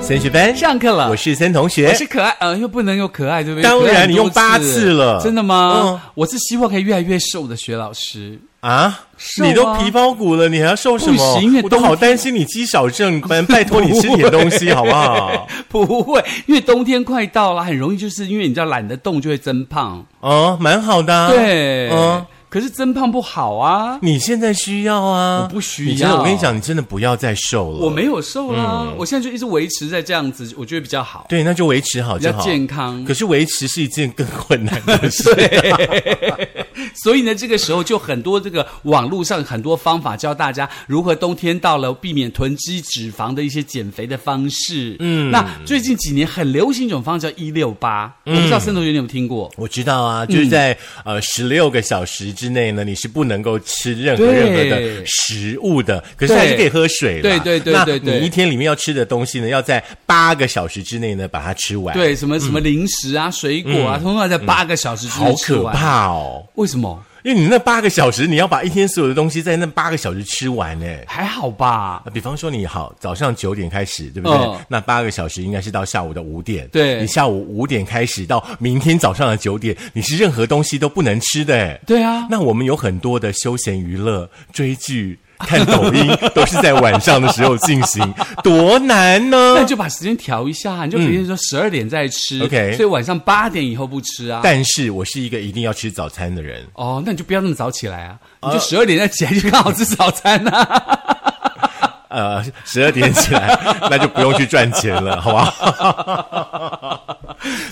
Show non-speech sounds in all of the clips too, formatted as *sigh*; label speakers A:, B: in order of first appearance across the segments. A: 森学班
B: 上课了
A: 我是森同
B: 啊我
A: 学
B: 是。可爱，呃，又不能有可爱，对不对？
A: 当然
B: 可爱很多
A: 你用八次了
B: 真的吗？
A: 嗯
B: 我是希望可以越来越瘦的学老师， *laughs*
A: 啊，
B: 瘦啊
A: 你都皮包骨了，你还要瘦什么
B: 不行因为？
A: 我都
B: 冬天
A: 好担心你肌少症，拜拜托你吃点东
B: *laughs*
A: 西好不好？
B: 不会，因为冬天快到了，很容易就是因为你知道懒得动就会增胖，
A: 哦，蛮好的、啊。
B: 对，
A: 嗯
B: 可是增胖不好啊，
A: 你现在需要啊，
B: 我不需
A: 你真的，
B: 要
A: 我跟你讲，你真的不要再瘦了。
B: 我没有瘦啦，
A: 嗯
B: 我现在就一直维持在这样子，我觉得比较好，
A: 对，那就维持好
B: 比
A: 就
B: 较
A: 好。
B: 健康
A: 可。是维持是一件更困难的
B: *laughs*
A: 事。
B: 所以呢，这个时候就很多这个网络上很多方法教大家如何冬天到了避免囤积脂肪的一些减肥的方式。嗯，那最近几年很流行一
A: 嗯
B: 种方法叫一六八，我不知道森同学你有没有听过？
A: 我知道
B: 嗯
A: 啊，就是在、呃十六个小时之内呢，你是不能够吃任何
B: 对
A: 任何的食物的，可是还是可以喝水啦
B: 对对对
A: 那
B: 对对
A: 你一天里面要吃的东西呢，要在八个小时之内呢把它吃完，，
B: 对，什么什么零食啊、水果啊，通常在八个小时之
A: 嗯
B: 内
A: 好
B: 吃
A: 可
B: 完。
A: 怕哦！
B: 为什么？
A: 因为你那八个小时，你要把一天所有的东西在那八个小时吃完呢。
B: 还好吧？
A: 啊比方说，你好，早上九点开始，对不对？
B: 嗯
A: 那八个小时应该是到下午的五点。
B: 对
A: 你下午五点开始到明天早上的九点，你是任何东西都不能吃的。哎
B: 对啊，
A: 那我们有很多的休闲娱乐、追剧、看抖音，都是在晚上的时候进行，多难
B: 那
A: 呢
B: 你？ *laughs* 就把时间调一下，你就比如说十二点再吃
A: 嗯 OK
B: 所以晚上八点以后不吃啊。
A: 但是我是一个一定要吃早餐的人，
B: 哦，那你就不要那么早起来啊，你就十二点再起来就刚好吃早餐啊。
A: 呃，十二点起来， *laughs* 那就不用去赚钱了，好不
B: *laughs*
A: 好？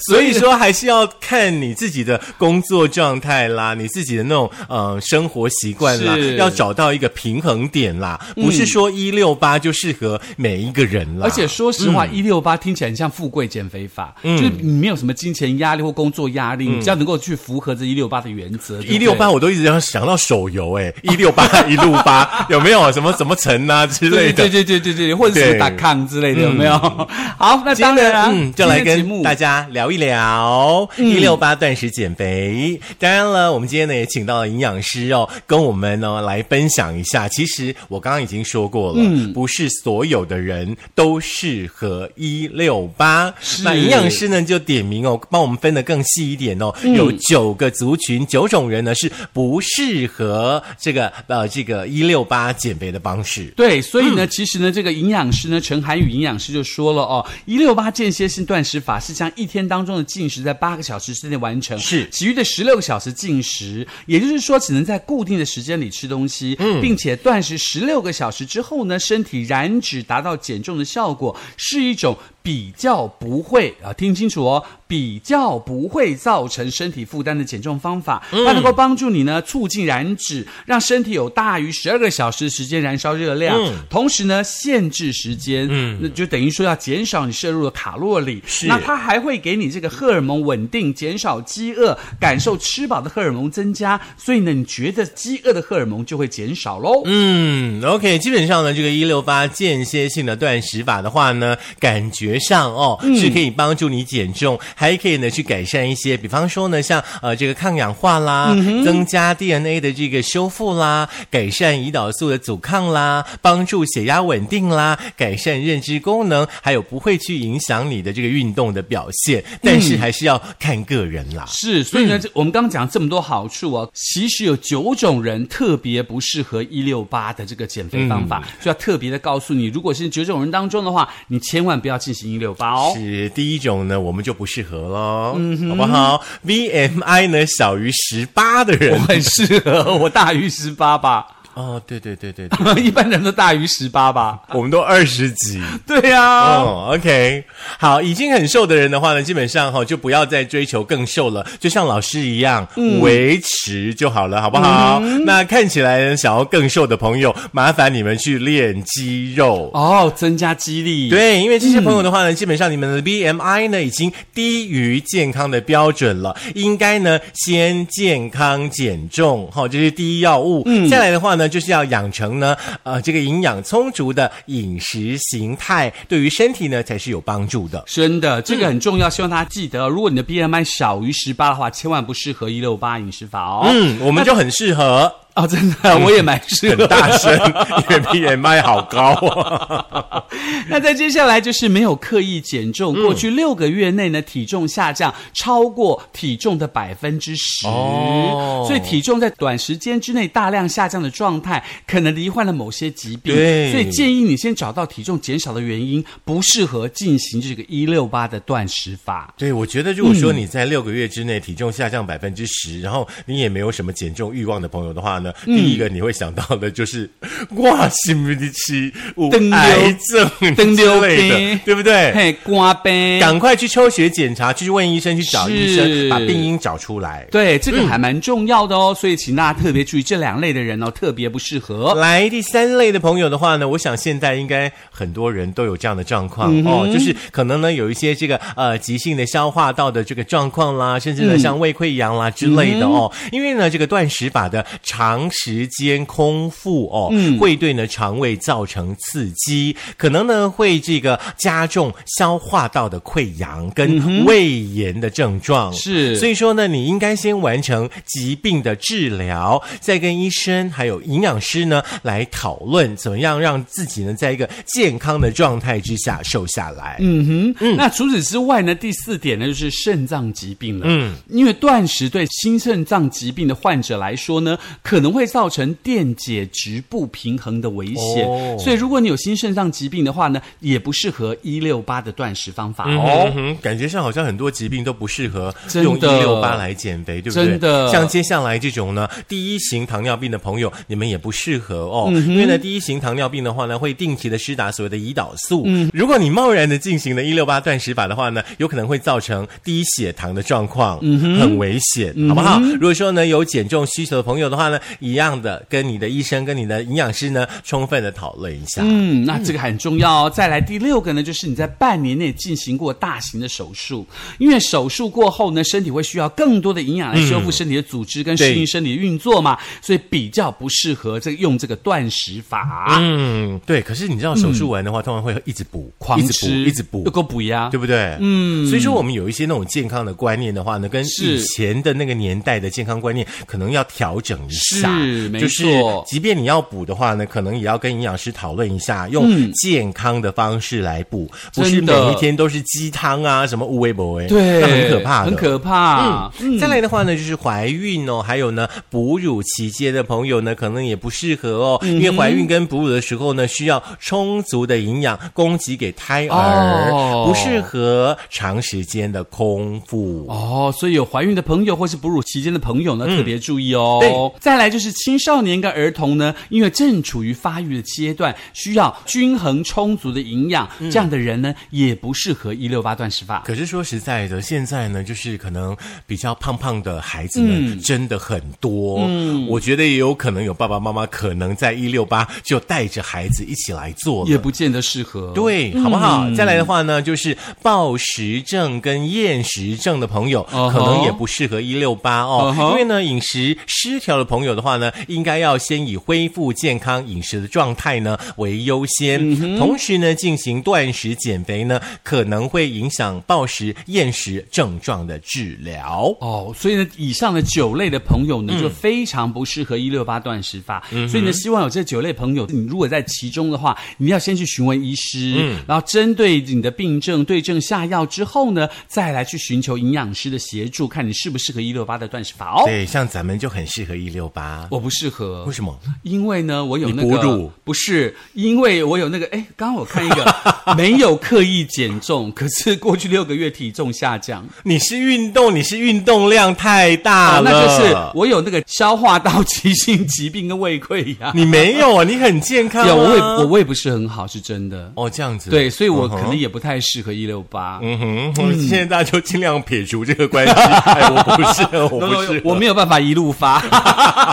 A: 所以说，还是要看你自己的工作状态啦，你自己的那种呃生活习惯啦
B: 是，嗯
A: 要找到一个平衡点啦，不是说一六八就适合每一个人啦。
B: 而且说实
A: 嗯
B: 话，一六八听起来很像富贵减肥法，就是你没有什么金钱压力或工作压力，你只要能够去符合这一六八的原则。对不
A: 嗯
B: 对
A: 一六八，我都一直要想到手游、诶哎，一六八一路八，有没有什么什么城啊之类的？
B: 对对对对对对，或者什么
A: 对
B: 打抗之类的，有没有？好，那当然啊，
A: 嗯，就来
B: 今天的
A: 跟
B: 节目
A: 大家聊一聊一六八断食减肥。当然了，我们今天呢也请到了营养师哦，跟我们呢来分享一下。其实我刚刚已经说过了，不是所有的人都适合一六八。那营养师呢就点名哦，帮我们分得更细一点哦，有九个族群、九种人呢是不适合这个呃这个一六八减肥的方式。
B: 对，所以呢，
A: 嗯
B: 其实呢，这个营养师呢，陈涵宇营养师就说了哦，一六八间歇性断食法是将一天当中的进食在八个小时之内完成，
A: 是
B: 其余的十六个小时进食，也就是说只能在固定的时间里吃东西，并且断食十六个小时之后呢，身体燃脂达到减重的效果，是一种。比较不会啊，听清楚哦，比较不会造成身体负担的减重方法，它能够帮助你呢促进燃脂，让身体有大于十二个小时的时间燃烧热量，同时呢限制时间，嗯，那就等于说要减少你摄入的卡路里。
A: 是
B: 那它还会给你这个荷尔蒙稳定，减少饥饿，感受吃饱的荷尔蒙增加，所以呢，你觉得饥饿的荷尔蒙就会减少喽。
A: 嗯，OK，基本上呢，这个一六八间歇性的断食法的话呢，感觉上哦、是可以帮助你减重，还可以呢去改善一些，比方说呢，像呃这个抗氧化啦，增加 DNA 的这个修复啦，改善胰岛素的阻抗啦，帮助血压稳定啦，改善认知功能，还有不会去影响你的这个运动的表现，但是还是要看个人啦。
B: 是，嗯所以呢，这我们刚刚讲这么多好处哦，其实有九种人特别不适合一六八的这个减肥方法，就要特别的告诉你，如果是九种人当中的话，你千万不要进行一六八哦。
A: 是第一种呢，我们就不适合喽，好不好？BMI 呢小于十八的
B: 我
A: 人，
B: 很适合，我大于十八吧， *laughs*
A: 哦，对对对对对，
B: 一般人都大于十八 *laughs* 吧。
A: *laughs* 我们都二十几。
B: 对呀、
A: 哦、o k 好，已经很瘦的人的话呢，基本上哈、就不要再追求更瘦了，就像老师一样，维持就好了，好不好？那看起来呢想要更瘦的朋友，麻烦你们去练肌肉。
B: 哦，增加肌力。。
A: 对，因为这些朋友的话呢，基本上你们的 BMI 呢已经低于健康的标准了，应该呢先健康减重，哈、这是第一要务。嗯，再来的话呢，就是要养成呢，呃，这个营养充足的饮食形态，对于身体呢才是有帮助的。
B: 真的，这个很重要，希望大家记得
A: 嗯
B: 哦。如果你的 BMI 小于十八的话，千万不适合一六八饮食法哦。
A: 嗯嗯，我们就很适合
B: 哦，真的，我也蛮适合
A: 很。大声，因为 BMI 好高哦。
B: 那在接下来就是没有刻意减重，
A: 嗯
B: 过去六个月内呢，体重下降超过体重的百分之十，
A: 哦
B: 所以体重在短时间之内大量下降的状态，可能罹患了某些疾病，
A: 对
B: 所以建议你先找到体重减少的原因，不适合进行这个一六八的断食法。
A: 对，我觉得如果说
B: 嗯
A: 你在六个月之内体重下降百分之十，然后你也没有什么减重欲望的朋友的话呢，
B: 嗯
A: 第一个你会想到的就是哇，心不的七，我
B: 灯溜
A: 癌症
B: 灯溜
A: 之类的
B: 冰，
A: 对不对？
B: 嘿，瓜呗，
A: 哎赶快去抽血检查，去问医生，去找医
B: 是
A: 生，把病因找出来。
B: 对，这
A: 嗯
B: 个还蛮重要的哦，所以请大家特别注意这两类的人哦，特别不适合。
A: 来第三类的朋友的话呢，我想现在应该很多人都有这样的状况、哦，就是可能呢有一些这个呃急性的消化道的这个状况啦，甚至呢、像胃溃疡啦之类的哦，因为呢这个断食法的长时间空腹哦，会对呢肠胃造成刺激，可能呢会这个加重消化道的溃疡跟胃炎的症状，
B: 是
A: 所以说呢，你应该先完成疾病的治疗，再跟医生还有营养师呢来讨论怎么样让自己呢在一个健康的状态之下瘦下来。嗯，
B: 那除此之外呢，第四点呢就是肾脏疾病了。嗯，因为断食对新肾脏疾病的患者来说呢，可能会造成电解质不平衡的危险，
A: 哦
B: 所以如果你有新肾脏疾病的话呢，也不适合一六八的断食方法哦。
A: 哦、感觉上好像很多疾病都不适合
B: 真
A: 用一
B: 的
A: 六八来减肥，对不对？
B: 真的
A: 像接下来这种呢，第一型糖尿病的朋友，你们也不适合哦，
B: 嗯
A: 因为呢，第一型糖尿病的话呢，会定期的施打所谓的胰岛素。
B: 嗯
A: 如果你贸然的进行了一六八断食法的话呢，有可能会造成低血糖的状况，
B: 嗯
A: 很危险，好不好？如果说呢有减重需求的朋友的话呢，一样的跟你的医生跟你的营养师呢充分的讨论一下。
B: 嗯，那这个很重要哦。再来第六个呢，就是你在半年内进行过大型的手术，因为手术过后呢，身体会需要更多的营养来修复身体的组织跟适应
A: 对
B: 身体的运作
A: 嗯
B: 嘛，所以比较不适合这个用这个断食法，啊
A: 嗯，对。可是你知道手术完的话，通常会一直补，
B: 狂
A: 一直补，
B: 吃
A: 一直补
B: 又，够啊补呀
A: 对。不对？嗯，所以说我们有一些那种健康的观念的话呢，跟
B: 是
A: 以前的那个年代的健康观念可能要调整一下。
B: 是没
A: 就是
B: 错
A: 即便你要补的话呢，可能也要跟营养师讨论一下，用健康的方式来补，不是
B: 嗯真
A: 每
B: 的
A: 一天都是鸡汤啊，什么无微不微，
B: 对，
A: 那很可怕的，
B: 很可怕。
A: 嗯，再来的话呢，就是怀孕哦，还有呢，哺乳期间的朋友呢，可能也不适合哦，因为怀孕跟哺乳的时候呢，需要充足的营养供给给胎儿，
B: 哦
A: 不适合长时间的空腹。
B: 哦，所以有怀孕的朋友或是哺乳期间的朋友呢，特别注意哦。
A: 对
B: 再来就是青少年跟儿童呢，因为正处于发育的阶段，需要均衡充足的营养，这样的人呢，也不适合一六八断食法。
A: 可是说实在的，现在呢，就是可能比较胖胖的孩子们真的很多。嗯，我觉得也有可能有爸爸妈妈可能在一六八就带着孩子一起来做了
B: 也不见得适合。
A: 对，好不好？
B: 嗯
A: 再来的话呢，就是暴食症跟厌食症的朋友，
B: 哦吼
A: 可能也不适合一六八
B: 哦
A: 哦
B: 吼
A: 因为呢，饮食失调的朋友的话呢，应该要先以恢复健康饮食的状态呢为优先，
B: 嗯
A: 同时呢，进行断食减肥呢，可能会影响暴食、厌食症状的治疗。
B: 哦，所以呢，以上的九类的朋友呢，
A: 嗯
B: 就非常不适合一六八断食法。所以呢，希望有这九类朋友，你如果在其中的话，你要先去询问医师，
A: 嗯
B: 然后针对你的病症对症下药之后呢，再来去寻求营养师的协助，看你适不适合一六八的断食法哦。
A: 对，像咱们就很适合一六八，
B: 我不适合，
A: 为什么？
B: 因为呢，我有那个
A: 你哺乳
B: 不是，因为我有那个哎，刚刚我看一
A: *laughs*
B: 个没有刻意减重，可是过去六个月体重下降，
A: 你是运动，你是运动量太大
B: 啊，
A: 了，
B: 那就是我有那个消化道急性疾病跟胃溃疡。
A: *laughs* 你没有啊，你很健康、啊。
B: 有我胃我胃不是很好，是真的。
A: 哦，这样子。
B: 对，所以我
A: 嗯
B: 可能
A: 哼
B: 也不太适合一六八。
A: 嗯哼，我现在大家就尽量撇除这个关系。哎，我不
B: *laughs*
A: 是，我
B: No,
A: 不
B: no,
A: 是。
B: 我没有办法一路发。 *laughs*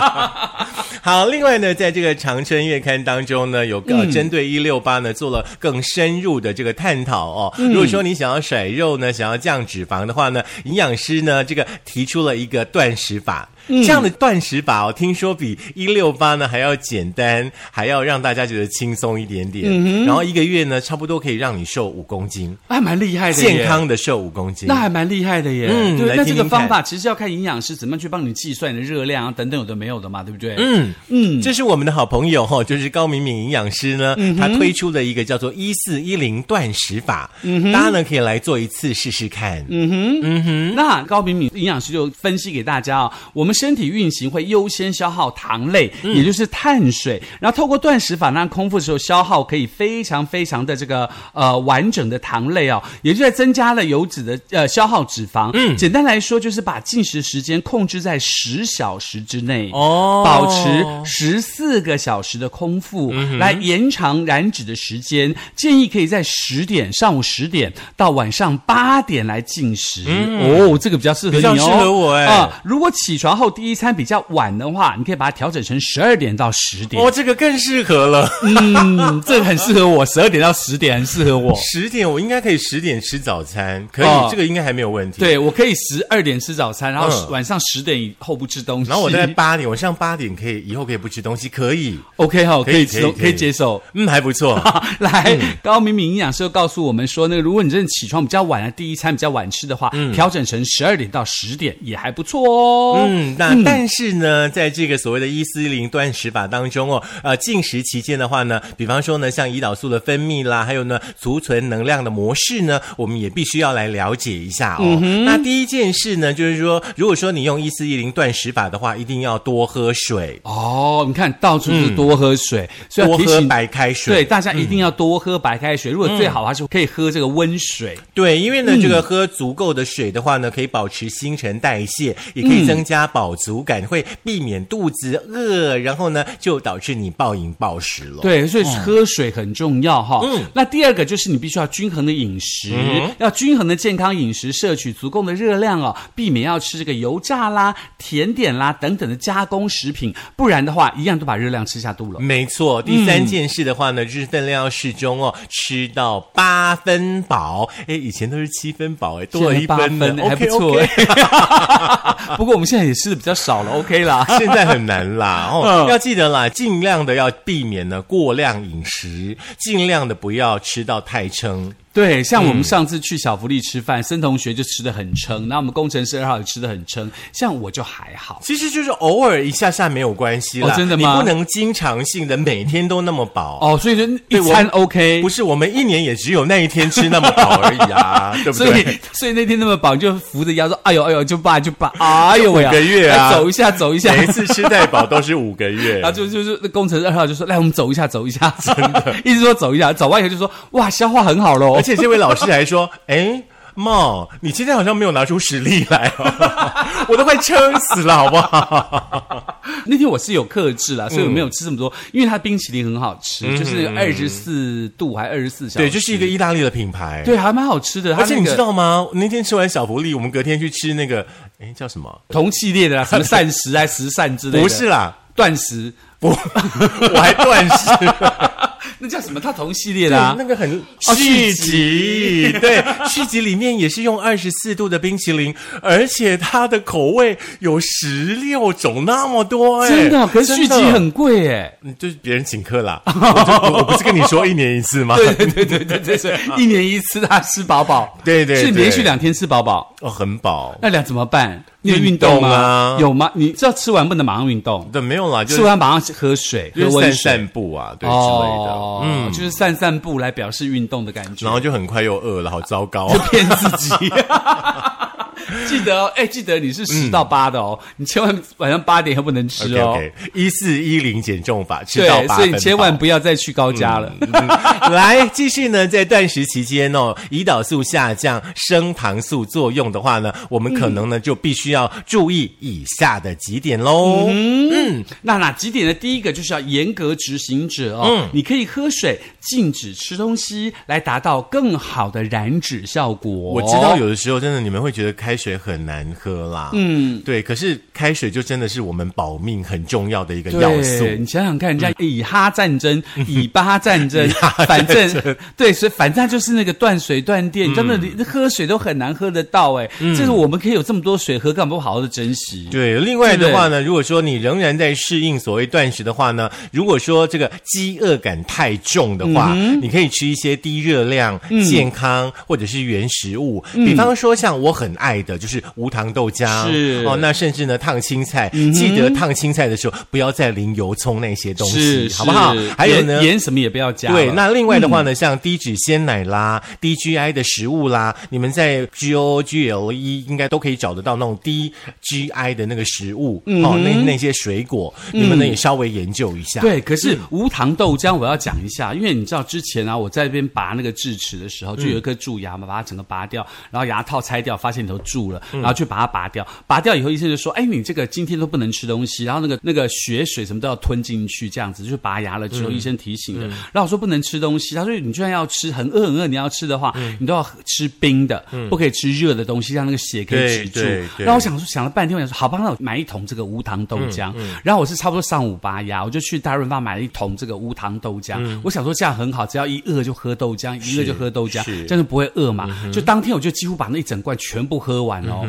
A: 好，另外呢，在这个《长春月刊》当中呢，有呃针对一六八呢做了更深入的这个探讨哦。如果说你想要甩肉呢，想要降脂肪的话呢，营养师呢这个提出了一个断食法，这样的断食法哦，听说比一六八呢还要简单，还要让大家觉得轻松一点点。然后一个月呢，差不多可以让你瘦五公斤，
B: 还蛮厉害的，
A: 健。康的瘦五公斤
B: 那。还蛮厉害的耶，
A: 嗯
B: 对，
A: 来
B: 那
A: 听
B: 这个
A: 听
B: 方
A: 看
B: 法其实要看营养师怎么样去帮你计算你的热量啊等等有的没有的嘛，对不对？
A: 嗯嗯，这是我们的好朋友哈、哦，就是高敏敏营养师呢，
B: 嗯
A: 他推出的一个叫做“一四一零断食法”，
B: 嗯
A: 大家呢可以来做一次试试看。嗯，
B: 那高敏敏营养师就分析给大家哦，我们身体运行会优先消耗糖类，
A: 嗯
B: 也就是碳水，然后透过断食法让空腹的时候消耗可以非常非常的这个呃完整的糖类哦，也就在增加了油脂的呃消耗脂肪。嗯，简单来说就是把进食时间控制在十小时之内
A: 哦
B: 保持十四个小时的空腹，来延长燃脂的时间。建议可以在十点上午十点到晚上八点来进食。哦，这个比较适合你哦，
A: 比较适合我哎
B: 啊、如果起床后第一餐比较晚的话，你可以把它调整成十二点到十点。
A: 哦，这个更适合了。
B: 嗯，这个很适合我，十二点到十点很适合我。
A: 十点我应该可以十点吃早餐，可以，
B: 哦
A: 这个应该还没有问题。。
B: *laughs* 对，我可以十二点吃早餐，然后
A: 嗯
B: 晚上十点以后不吃东西。
A: 然后我在
B: *laughs*
A: 八点，我上八点可以，以后可以不吃东西，可以，
B: OK 哈，可以
A: 可
B: 吃
A: 以，
B: 可以接受。
A: 嗯，还不
B: *laughs*
A: 错。
B: 来，高敏敏营养师又告诉我们说，那个如果你真的起床比较晚啊，第一餐比较晚吃的话，
A: 嗯
B: 调整成十二点到十点也还不错哦。
A: 嗯，那但是呢，在这个所谓的一四零断食法当中哦，呃，进食期间的话呢，比方说呢，像胰岛素的分泌啦，还有呢，储存能量的模式呢，我们也必须要来了解一下哦。
B: 嗯
A: 那第一件事呢，就是说，如果说你用一四一零断食法的话，一定要多喝水，
B: 哦，你看到处是多喝水，所以
A: 嗯
B: 要
A: 多
B: 提
A: 喝
B: 醒
A: 白开水。嗯
B: 对大家一定要多喝白开水。如果最好还是可以喝这个温水。
A: 对，因为呢，
B: 嗯
A: 这个喝足够的水的话呢，可以保持新陈代谢，也可
B: 嗯
A: 以增加饱足感，会避免肚子饿，然后呢，就导致你暴饮暴食了。
B: 对，所以喝水很重要哈。
A: 嗯
B: 那第二个就是你必须要均衡的饮食，要均衡的健康饮食，摄取足够的热量哦，避免要吃这个油炸啦、甜点啦等等的加工食品，不然的话一样都把热量吃下肚了。
A: 没错，第
B: 嗯
A: 三件事的话呢，就是分量要适中哦，吃到八分饱。哎，以前都是七分饱，哎，多了一
B: 现在八
A: 呢
B: 分还不
A: OK，OK
B: 错。 *laughs* 不过我们现在也吃的比较少了，OK 啦。
A: *laughs* 现在很难啦，
B: 嗯
A: 哦，要记得啦，尽量的要避免呢过量饮食，尽量的不要吃到太撑。
B: 对，像我们上次去小福利吃饭，森同学就吃的很撑，那我们工程师二号也吃的很撑，像我就还好。
A: 其实就是偶尔一下下没有关系啦，
B: 哦真的吗
A: 你不能经常性的每天都那么饱。
B: 哦，所以就
A: 对
B: 一
A: 我
B: 餐 OK，
A: 不是，我们一年也只有那一天吃那么饱而已
B: *laughs*
A: 啊，对不
B: 所以
A: 对？
B: 所以那天那么饱，你就扶着腰说：“哎呦哎呦，就罢就
A: *laughs*
B: 罢，哎呦喂、
A: 五个月啊
B: 走一下走一下。
A: 每一次吃太饱都是五个月
B: *laughs* 然后。就就是那工程师二号就说：“来，我们走一下，走
A: *laughs*
B: 一下。”真的， *laughs* 一直说走一下，走完以后就说：“哇，消化很好喽
A: *laughs* 而。且这位老师还说：“哎，茂，你今天好像没有拿出实力来 *laughs* 哦，我都快撑死了，好不
B: *laughs*
A: 好？”
B: 那天我是有克制
A: 嗯
B: 啦，所以我没有吃这么多，因为它冰淇淋很好吃，就是二十四度还二十四小时，
A: 对，这是一个意大利的品牌。，
B: 对，还蛮好吃的。它
A: 而且你
B: 那个
A: 知道吗？那天吃完小福利，我们隔天去吃那个，哎，叫什么？
B: 同系
A: *laughs*
B: 列的啦，什么膳食啊、食膳之类的，
A: 不是啦， *laughs*
B: 断食，
A: 我我还断
B: *laughs*
A: 食。
B: 那叫什么？它同系列的、啊
A: *laughs* 对，那。个很
B: 哦
A: 续
B: 续
A: 集， *laughs* 对，续集里面也是用二十四度的冰淇淋，而且它的口味有十六种，那么多哎，
B: 真的哦，可是续
A: 真的
B: 集很贵哎。
A: 嗯就是别人请客啦，我就我不是跟你说一年一次吗？
B: *laughs* 对对对对对对，一年一次大家吃饱饱，
A: 对对对
B: 是连续两天吃饱饱，
A: 哦，很饱，
B: 那俩怎么办？你有
A: 运
B: 运
A: 动
B: 动
A: 啊
B: 吗？有吗？你知道吃完不能马上运动，
A: 对，没有啦，就
B: 吃
A: 是
B: 完马上喝水，
A: 就
B: 喝
A: 是
B: 啊
A: 散
B: 温水
A: 散步啊，对之类的，嗯，
B: 嗯，就是散散步来表示运动的感觉
A: 然，后就很快又饿了，好糟糕。 *laughs*
B: 骗自己。记得哦，哎，记得你是十到八的哦，你千万晚上八点也不能吃
A: OK
B: 哦。
A: OK，一四一零减重法，吃到
B: 对，
A: 八
B: 所以
A: 分
B: 你千万
A: 饱嗯
B: 不要再去高家了。
A: *laughs* 来，继续呢，在断食期间哦，胰岛素下降、升糖素作用的话呢，我们可能呢、就必须要注意以下的几点喽。
B: 嗯那哪几点呢？第一个就是要严格执行者哦，
A: 嗯
B: 你可以喝水，禁止吃东西，来达到更好的燃脂效果。
A: 我知道有的时候真的你们会觉得开开水很难喝啦。嗯，对。可是开水就真的是我们保命很重要的一个嗯要素。嗯
B: 对你想想看，人家以哈战争、以巴
A: *laughs*
B: 战争，反正对，所以反正就是那个断水断电，
A: 嗯
B: 根本连喝水都很难喝得到。哎，这个我们可以有这么多水喝，干嘛不好好的珍惜？
A: 对，另外的话呢，如果说你仍然在适应所谓断食的话呢，如果说这个饥饿感太重的话，
B: 嗯
A: 你可以吃一些低热量、健康或者是原食物，
B: 嗯
A: 比方说像我很爱的就是无糖豆浆，
B: 是嗯
A: 哦，那甚至呢烫青菜，记得烫青菜的时候不要再淋油葱那些东西，好不好
B: 是？
A: 还有呢
B: 盐。盐什么也不要加了。
A: 对，那另外的话呢，像低脂鲜奶啦、低 GI 的食物啦，你们在 GO、GLE E 应该都可以找得到那种低 GI 的那个食物，哦，那那些水果，你们呢也稍微研究一下。嗯
B: 对，可是无糖豆浆我要讲一下，因为你知道之前啊，我在那边拔那个智齿的
A: 嗯
B: 时候，就有一颗蛀牙嘛，把它整个拔掉，然后牙套拆掉，发现里头蛀了，
A: 嗯
B: 然后去把它拔掉。拔掉以后，医生就说：“哎，你这个今天都不能吃东西，然后那个那个血水什么都要吞进去，这样子就是拔牙了之后，
A: 嗯
B: 医生提醒的。然后我说不能吃东西，他说你居然要吃，很饿很饿，你要吃的话，
A: 嗯
B: 你都要吃冰的，不可以吃热的东西，让那个血可以止住。
A: 对对对
B: 然后我想说想了半天，我想说好吧，那我买一桶这个无糖豆浆。
A: 嗯
B: 然后我是差不多上午拔牙，我就去大润发买了一桶这个无糖豆浆。我想说这样很好，只要一饿就喝豆浆，一饿就喝豆浆
A: 嗯是，嗯
B: 这样就不会饿嘛。就当天我就几乎把那一整罐全部喝完哦，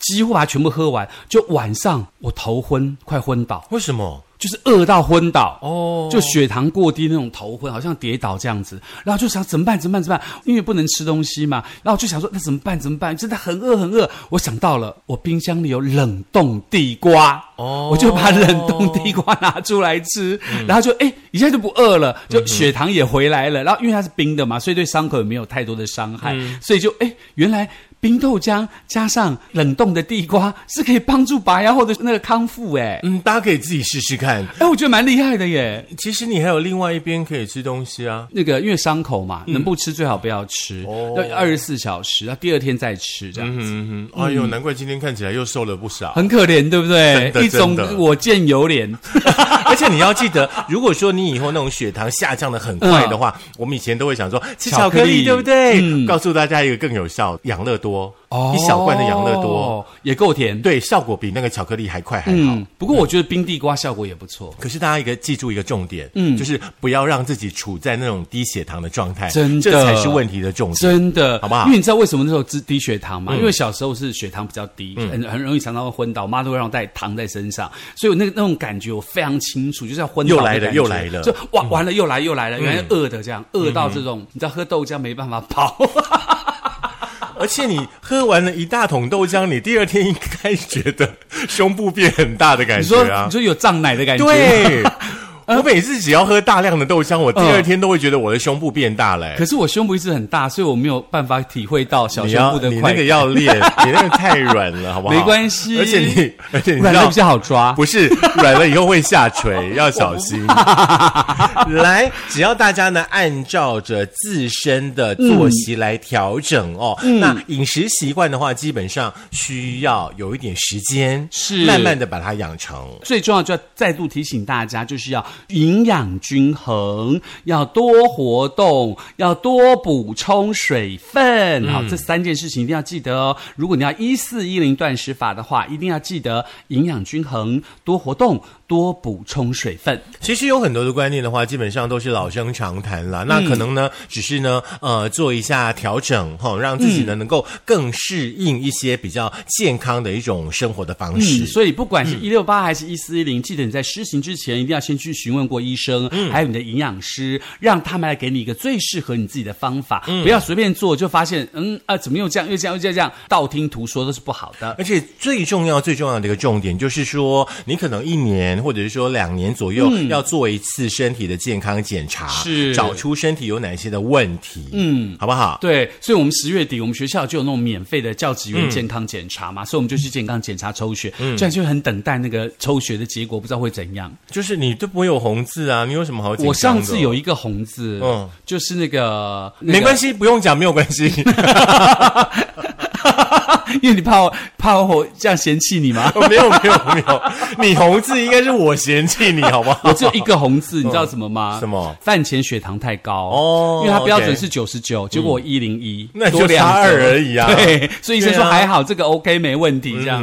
B: 几乎把它全部喝完。就晚上我头昏，快昏倒，
A: 为什么？
B: 就是饿到昏倒
A: 哦
B: 就血糖过低那种头昏，好像跌倒这样子，然后就想怎么办？怎么办？怎么办？因为不能吃东西嘛，然后就想说那怎么办？怎么办？真的很饿很饿，我想到了，我冰箱里有冷冻地瓜，
A: 哦
B: 我就把冷冻地瓜拿出来吃，
A: 嗯
B: 然后就哎一下就不饿了，就血糖也回来了，然后因为它是冰的嘛，所以对伤口也没有太多的伤害，
A: 嗯
B: 所以就哎原来。冰豆浆加上冷冻的地瓜是可以帮助拔牙后的那个康复哎、
A: 嗯，大家可以自己试试看。
B: 哎，我觉得蛮厉害的耶。
A: 其实你还有另外一边可以吃东西啊。
B: 那个因为伤口嘛，能不吃最好不要吃
A: 嗯哦，
B: 要二十四小时，要第二天再吃，这样
A: 嗯哼，哎呦，难怪今天看起来又瘦了不少。
B: 很可怜，对不对
A: 真？的
B: 一
A: 真
B: 种
A: 的
B: 我见犹怜，
A: 而且你要记得，如果说你以后那种血糖下降的很快的话，我们以前都会想说吃巧克
B: 嗯巧克力嗯
A: 力，对不对？告诉大家一个更有效，养乐多， *laughs* 一小罐的养乐多，
B: 哦也够甜。
A: 对，效果比那个巧克力还快还好。嗯
B: 嗯，不过我觉得冰地瓜效果也不错。
A: 可是大家一个记住一个重点，嗯，就是不要让自己处在那种低血糖的状态，
B: 真的
A: 这才是问题的重点。
B: 真的，
A: 好不好嗯
B: 因为你知道为什么那时候低低血糖嘛？因为小时候是血糖比较低，很很容易常常会昏倒，我妈都会让我带糖在身上，所以我那个那种感觉我非常清楚，就是要昏倒的
A: 又来了
B: 感觉
A: 又来了嗯
B: 就哇完了又来又来了，原来饿的这样，饿到这种，你知道喝豆浆没办法跑，
A: 而且你喝完了一大桶豆浆，你第二天应该觉得胸部变很大的感
B: 你
A: 觉
B: 说
A: 啊
B: 你，说有胀奶的感觉，，
A: 对。 *laughs* 我每次只要喝大量的豆浆，我第二天都会觉得我的胸部变大了、欸
B: 可是我胸部一直很大，所以我没有办法体会到小
A: 你
B: 胸
A: 要
B: 部的
A: 你
B: 快
A: 那个
B: 感，
A: 要
B: *laughs*
A: 练，你那个太软了，好不好？
B: 没关系
A: 而且你而且你
B: 软
A: 知
B: 了
A: 道
B: 比较好抓。
A: 不是软了以后会下垂，要小
B: *laughs*
A: 心。来，只要大家呢按照着自身的作息来调整哦，
B: 嗯
A: 那饮食习惯的话，基本上需要有一点时间，
B: 是
A: 慢慢的把它养成。
B: 最重要就要再度提醒大家，就是要营养均衡，要多活动，要多补充水分。好，
A: 嗯
B: 这三件事情一定要记得哦。如果你要一四一零断食法的话，一定要记得营养均衡、多活动、多补充水分。
A: 其实有很多的观念的话，基本上都是老生常谈啦。
B: 嗯
A: 那可能呢，只是呢，呃，做一下调整哈、让自己呢、能够更适应一些比较健康的一种生活的方式。
B: 嗯，所以不管是一六八还是一四一零，记得你在施行之前一定要先去询问过医生，还有你的营养师，让他们来给你一个最适合你自己的方法，不要随便做就发现，嗯啊，怎么又这样又这样又这样，道听途说都是不好的。
A: 而且最重要、最重要的一个重点就是说，你可能一年或者是说两年左右、要做一次身体的健康检查，
B: 嗯是
A: 找出身体有哪些的问题，嗯，好不好？
B: 对，所以我们十月底我们学校就有那种免费的教职员健康检查嘛，所以我们就去健康检查抽血，这样就很等待那个抽血的结果，不知道会怎样。
A: 就是你都不会有红字啊，你有什么好紧张的？
B: 我上次有一个红字，
A: 嗯
B: 就是那个，那个
A: 没关系，不用讲，没有关系。
B: *laughs* 因为你怕我怕我这样嫌弃你吗？
A: 哦 *laughs* 没有没有没有，你红字应该是我嫌弃你，好不好？
B: *laughs* 我只有一个红字，你知道什么吗？
A: 嗯什么
B: 饭前血糖太高
A: 哦
B: 因为它标准
A: OK 嗯
B: 是九十九，结果我一零一，
A: 那
B: 多
A: 就
B: 两
A: 差
B: 折
A: 二而已啊
B: 对，所以医生
A: 对
B: 说
A: 啊嗯
B: 还好，这个 OK 没问题，这样。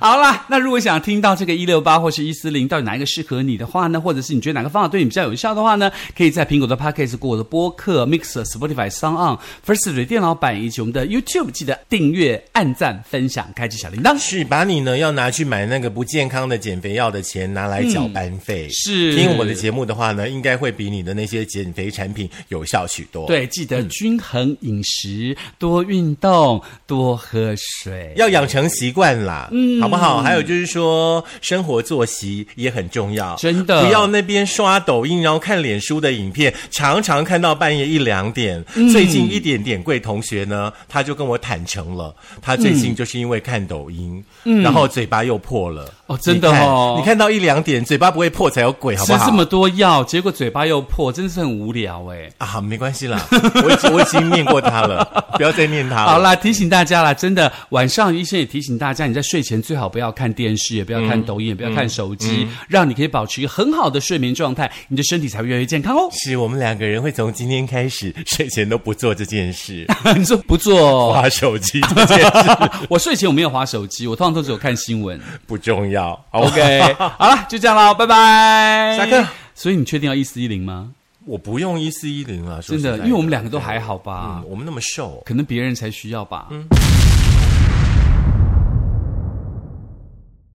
B: 好啦，那如果想听到这个一六八或是一四零到底哪一个适合你的话呢，或者是你觉得哪个方法对你比较有效的话呢，可以在苹果的 Podcast、我的播客、Mixer、Spotify、s o n On、First Story 电脑版以及我们的 YouTube 记得订阅、按赞、分享、开启小铃铛。
A: 是把你呢要拿去买那个不健康的减肥药的钱拿来缴班费。
B: 是
A: 听我的节目的话呢，应该会比你的那些减肥产品有效许多。，
B: 对，记得均衡饮食，多运动，多喝水。
A: 要养成习惯啦，嗯，好不好？还有就是说，生活作息也很重要，
B: 真的
A: 不要那边刷抖音，然后看脸书的影片，常常看到半夜一两点。
B: 嗯
A: 最近一点点贵同学呢，他就跟我坦诚了，他最
B: 嗯
A: 近就是因为看抖音，然后嘴巴又破了。
B: 哦真的
A: 你看
B: 哦
A: 你看到一两点，嘴巴不会破才有鬼，好
B: 吃
A: 不好？
B: 这么多药，结果嘴巴又破，真是很无聊哎。
A: 啊，没关系啦，我
B: *laughs*
A: 已经我已经念过他了，不要再念他了。
B: 好啦，提醒大家啦，真的晚上医生也提醒大家，你在睡前最好不要看电视，也不要看抖音，也不要看手
A: 嗯
B: 机，让你可以保持一个很好的睡眠状态，你的身体才会越来越健
A: *laughs*
B: 康哦。
A: 是我们两个人会从今天开始睡前都不做这件事，
B: 你说
A: *laughs*
B: 不做，
A: 划手机这件事
B: 我睡前我没有划手机，我通常都只有看新闻。
A: 不重要。好
B: *laughs* OK，好了，就这样喽，拜拜。
A: 下课。
B: 所以你确定要一四一零吗？
A: 我不用一四一零了，说
B: 真
A: 实
B: 的，
A: 在
B: 因为我们两个都还好吧，
A: 嗯我们那么瘦。
B: 可能别人才需要吧。